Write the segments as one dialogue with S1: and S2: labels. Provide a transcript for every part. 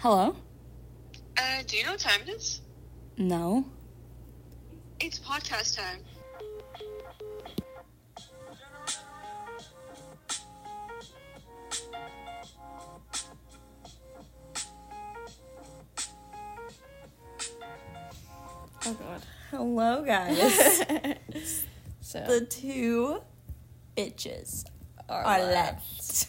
S1: Hello?
S2: Uh, do you know what time it is?
S1: No.
S2: It's podcast time.
S3: Oh god.
S1: Hello, guys.
S3: So
S1: the two bitches
S3: our
S1: are
S3: lab.
S1: left.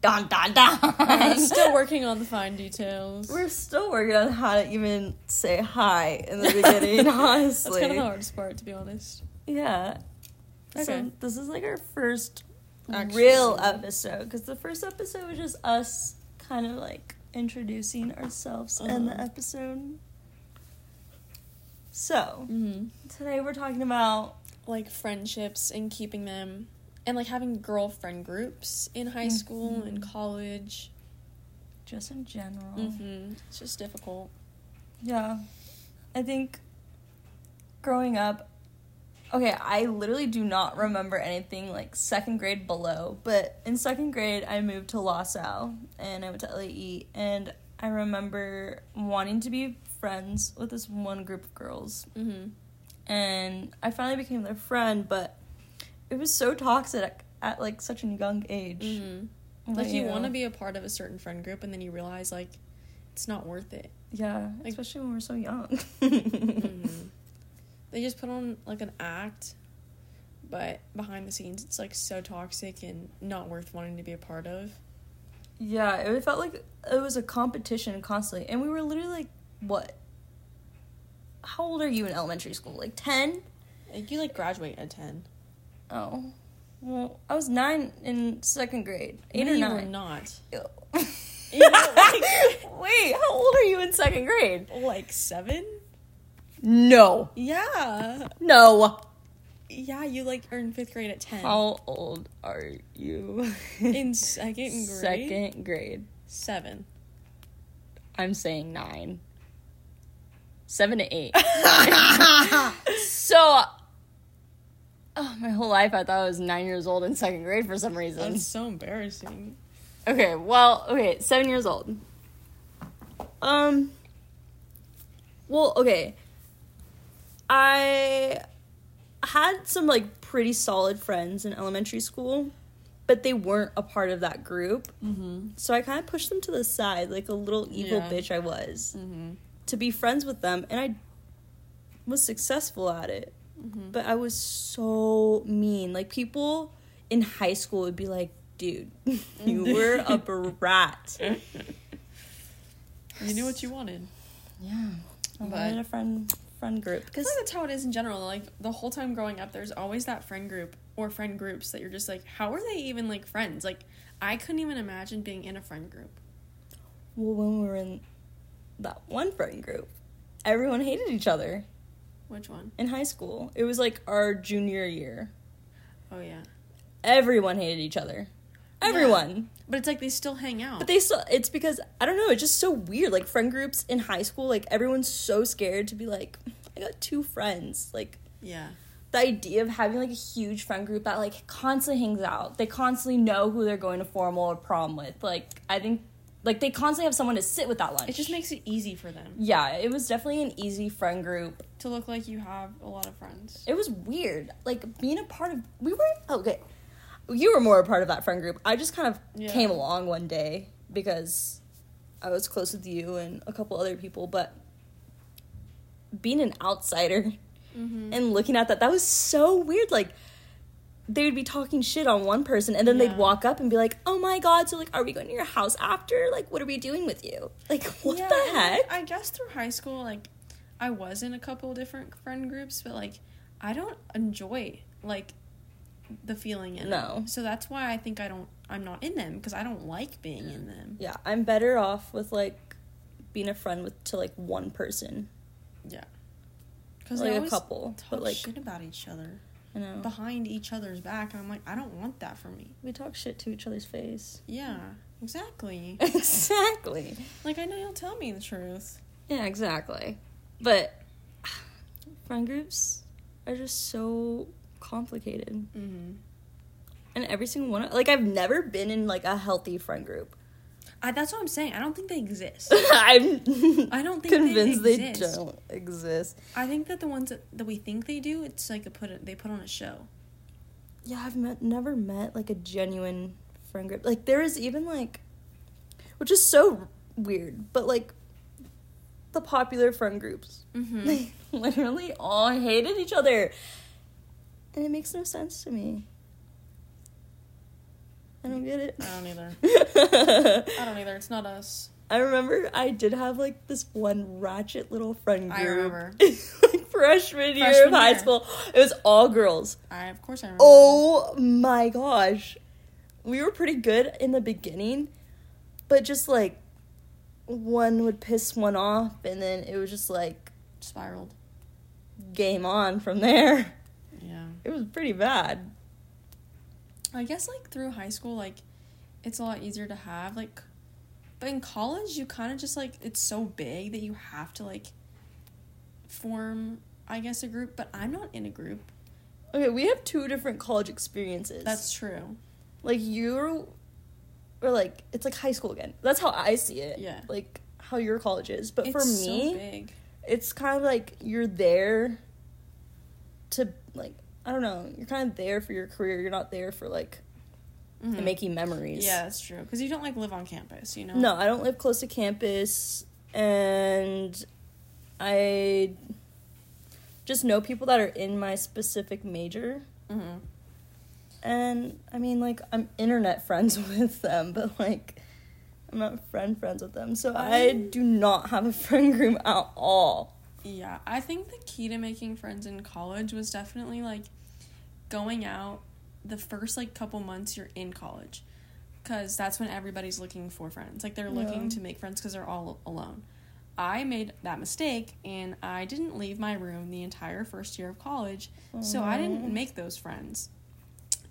S1: don, don, don.
S3: I'm still working on the fine details.
S1: We're still working on how to even say hi in the beginning,
S3: That's
S1: honestly.
S3: kind of the hardest part, to be honest.
S1: Yeah. So
S3: Okay.
S1: this is like our first
S3: Actually.
S1: real episode because the first episode was just us kind of like introducing ourselves in the
S3: Uh-huh.
S1: episode. So
S3: Mm-hmm.
S1: today we're talking about
S3: Like friendships and keeping them, and like having girlfriend groups in high school and college.
S1: just in general.
S3: Mm-hmm. It's just difficult.
S1: Yeah. I think growing up, okay, I literally do not remember anything like second grade below, but in second grade, I moved to LaSalle and I went to LAE, and I remember wanting to be friends with this one group of girls,
S3: Mm-hmm.
S1: and I finally became their friend, but it was so toxic at, like such a young age.
S3: Mm-hmm.
S1: What
S3: Like
S1: about
S3: you want to be a part of a certain friend group, and then you realize like it's not worth it.
S1: yeah,
S3: like- Mm-hmm.
S1: especially when we're so young.
S3: They just put on like an act, but behind the scenes, it's like so toxic and not worth wanting to be a part of.
S1: Yeah, it felt like it was a competition constantly. And we were literally like, what? How old are you in elementary school? Like 10?
S3: Like you like graduate at ten.
S1: Oh. Well, I was nine in second grade. Eight
S3: No,
S1: or
S3: you
S1: nine.
S3: were not.
S1: Ew.
S3: You were like-
S1: Wait, how old are you in second grade?
S3: Oh, Like seven?
S1: No.
S3: Yeah.
S1: No.
S3: Yeah, you like are in fifth grade at ten.
S1: How old are you
S3: In second grade?
S1: second grade?
S3: Seven.
S1: I'm saying nine. Seven to eight. so, oh, my whole life I thought I was nine years old in second grade for some reason.
S3: That's so embarrassing.
S1: Okay, well, okay, seven years old. Um, well, okay. I had some like pretty solid friends in elementary school, but they weren't a part of that group.
S3: Mm-hmm.
S1: So I kind of pushed them to the side, like a little evil
S3: Yeah.
S1: bitch I was,
S3: Mm-hmm.
S1: to be friends with them, and I was successful at it.
S3: Mhm.
S1: But I was so mean. Like people in high school would be like, "Dude, you were a brat."
S3: You knew what you wanted.
S1: Yeah, I
S3: But-
S1: wanted a friend friend group
S3: I
S1: because
S3: feel like that's how it is in general. Like the whole time growing up, there's always that friend group or friend groups that you're just like, how are they even like friends? Like I couldn't even imagine being in a friend group.
S1: well, when we were in that one friend group, everyone hated each other
S3: Which one?
S1: in high school. It was like our junior year.
S3: Oh yeah.
S1: Everyone hated each other. Everyone.
S3: But it's like they still hang out.
S1: But they still, it's because, I don't know, it's just so weird. Like, friend groups in high school, like, everyone's so scared to be like, I got two friends. Like,
S3: yeah.
S1: the idea of having, like, a huge friend group that, like, constantly hangs out, they constantly know who they're going to formal or prom with. Like, I think, like, they constantly have someone to sit with that lunch.
S3: It just makes it easy for them
S1: Yeah, it was definitely an easy friend group.
S3: to look like you have a lot of friends.
S1: It was weird. Like, being a part of, we were, okay, you were more a part of that friend group. I just kind of
S3: Yeah.
S1: came along one day because I was close with you and a couple other people, but being an outsider
S3: Mm-hmm.
S1: and looking at that, that was so weird. Like, they would be talking shit on one person, and then
S3: Yeah.
S1: they'd walk up and be like, "Oh my god! So like, are we going to your house after? Like, what are we doing with you? Like, what
S3: Yeah,
S1: the
S3: and, like,
S1: heck?"
S3: I guess through high school, like, I was in a couple different friend groups, but like, I don't enjoy like the feeling in
S1: No.
S3: it. So that's why I think I don't. I'm not in them because I don't like being in them.
S1: yeah, I'm better off with like being a friend with to like one person,
S3: Yeah. Because
S1: like
S3: they
S1: a
S3: always
S1: couple,
S3: talk
S1: but like Oh.
S3: shit about each other
S1: you know,
S3: behind each other's back, and I'm like, I don't want that for me.
S1: we talk shit to each other's face.
S3: Yeah, exactly.
S1: exactly.
S3: like I know you'll tell me the truth.
S1: Yeah, exactly. But friend groups are just so complicated.
S3: Mm-hmm.
S1: And every single one of, like I've never been in like a healthy friend group.
S3: I, that's what I'm saying. I don't think they exist.
S1: I'm
S3: I don't think they
S1: convinced they,
S3: exist.
S1: don't exist.
S3: I think that the ones that, that we think they do, it's like a put they put on a show.
S1: Yeah, I've met, never met like a genuine friend group. Like there is even like, which is so weird, but like the popular friend groups,
S3: Mm-hmm.
S1: they Mm. literally all hated each other, and it makes no sense to me. I don't get it.
S3: I don't either. I
S1: I
S3: don't either. It's not us.
S1: I remember I did have like this one ratchet little friend group.
S3: I remember.
S1: like freshman year
S3: Freshman
S1: of high
S3: year.
S1: school. It was all girls.
S3: I of course I remember.
S1: Oh my gosh. We were pretty good in the beginning, but just like one would piss one off and then it was just like
S3: that. spiraled.
S1: game on from there.
S3: Yeah.
S1: It was pretty bad.
S3: I guess like through high school, like it's a lot easier to have like, but in college you kind of just like it's so big that you have to like form I guess a group. But I'm not in a group.
S1: Okay, we have two different college experiences.
S3: That's true.
S1: like you or like it's like high school again. That's how I see it.
S3: Yeah.
S1: Like how your college is. But
S3: it's
S1: for me,
S3: so big.
S1: it's kind of like you're there to like I don't know, you're kind of there for your career. You're not there for like
S3: Mhm.
S1: making memories.
S3: Yeah, that's true. Because you don't like live on campus, you know.
S1: No, I don't live close to campus and I just know people that are in my specific major
S3: hmm
S1: and I mean like I'm internet friends with them, but like I'm not friend friends with them. So I
S3: Um.
S1: do not have a friend group at all.
S3: Yeah, I think the key to making friends in college was definitely like going out the first like couple months you're in college because that's when everybody's looking for friends. Like they're looking
S1: Yeah.
S3: to make friends because they're all alone. I made that mistake and I didn't leave my room the entire first year of college, so I didn't make those friends.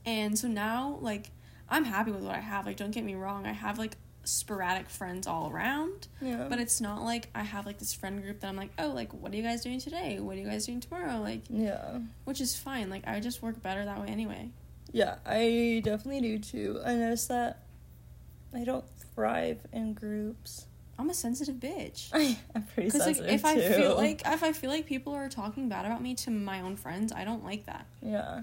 S3: And so now, like, I'm happy with what I have. Like, don't get me wrong, I have like sporadic friends all around.
S1: Yeah.
S3: But it's not like I have like this friend group that I'm like, oh, like what are you guys doing today? What are you guys doing tomorrow? Like,
S1: yeah.
S3: which is fine. Like I just work better that way anyway.
S1: Yeah, I definitely do too. I noticed that I don't thrive in groups.
S3: I'm a sensitive bitch.
S1: I, I'm pretty
S3: Because like
S1: sensitive
S3: if I
S1: too.
S3: feel like if I feel like people are talking bad about me to my own friends, I don't like that.
S1: yeah,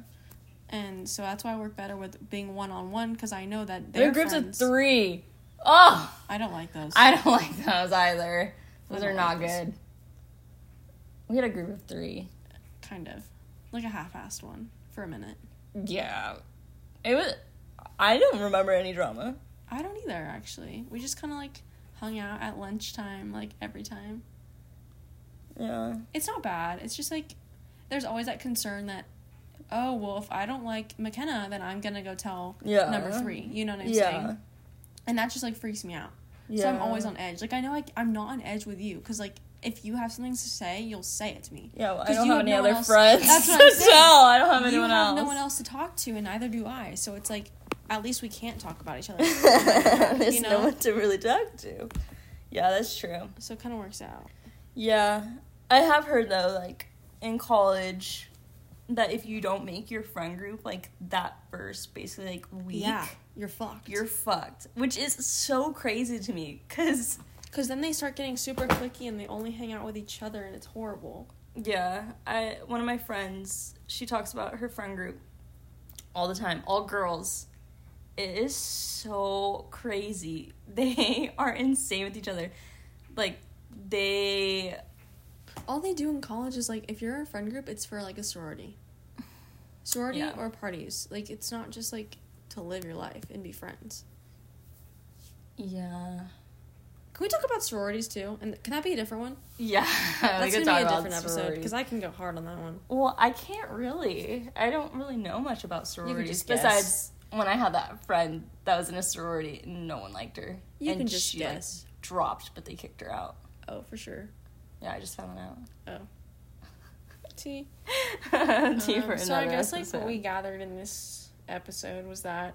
S3: And so that's why I work better with being one on one because I know that
S1: there
S3: they're
S1: are groups
S3: friends.
S1: of three. Oh,
S3: I don't like those.
S1: I don't like those either. Those
S3: I
S1: are
S3: don't
S1: not
S3: like those.
S1: good. We had a group of three.
S3: kind of like a half-assed one for a minute.
S1: Yeah, it was. I don't remember any drama.
S3: I don't either actually. We just kind of like hung out at lunchtime like every time.
S1: Yeah,
S3: it's not bad. It's just like there's always that concern that oh well if I don't like McKenna then I'm gonna go tell
S1: yeah.
S3: number three. You know what I'm
S1: Yeah,
S3: saying? And that just like freaks me out.
S1: yeah.
S3: So I'm always on edge. Like I know like I'm not on edge with you because like if you have something to say you'll say it to me.
S1: Yeah, well, I
S3: 'Cause
S1: don't
S3: you
S1: have
S3: have
S1: any
S3: no one
S1: other
S3: else-
S1: friends.
S3: That's what I'm
S1: to
S3: saying.
S1: tell. I don't have
S3: you
S1: anyone
S3: have
S1: else.
S3: no one else to talk to and neither do I. So it's like at least we can't talk about each other.
S1: There's
S3: You
S1: no
S3: know?
S1: one to really talk to. Yeah, that's true.
S3: so it kind of works out.
S1: Yeah, I have heard though, like in college, that if you don't make your friend group like that first, basically like week,
S3: Yeah, you're fucked.
S1: you're fucked. Which is so crazy to me, cause
S3: because then they start getting super clicky and they only hang out with each other and it's horrible.
S1: yeah, I one of my friends, she talks about her friend group all the time, all girls. It is so crazy. They are insane with each other. Like they
S3: all they do in college is like if you're a friend group it's for like a sorority sorority
S1: Yeah.
S3: or parties like it's not just like to live your life and be friends
S1: Yeah.
S3: can we talk about sororities too and can that be a different one
S1: Yeah.
S3: that's gonna be a different episode because i can go hard on that one
S1: Well, I can't really. I don't really know much about sororities.
S3: just guess.
S1: Besides, when I had that friend that was in a sorority, no one liked her.
S3: you
S1: and
S3: can just
S1: she, like,
S3: guess
S1: dropped, but they kicked her out.
S3: oh for sure
S1: Yeah, I just found that out.
S3: Oh. t
S1: Tea for
S3: Um, so i
S1: another
S3: guess like
S1: episode.
S3: what we gathered in this episode was that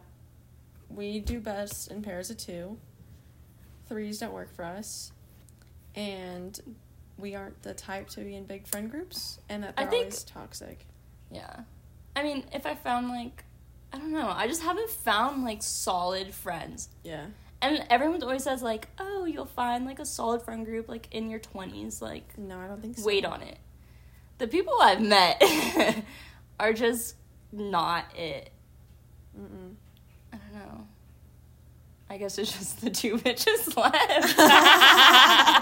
S3: we do best in pairs of two threes don't work for us and we aren't the type to be in big friend groups and that
S1: I
S3: they're
S1: think-
S3: always toxic
S1: Yeah. I mean, if I found like, I don't know. I just haven't found like solid friends.
S3: yeah
S1: and everyone always says like, oh, you'll find like a solid friend group like in your twenties. Like,
S3: No, I don't think so.
S1: wait on it. The people I've met are just not it.
S3: Mm-mm.
S1: I don't know. I guess it's just the two bitches left.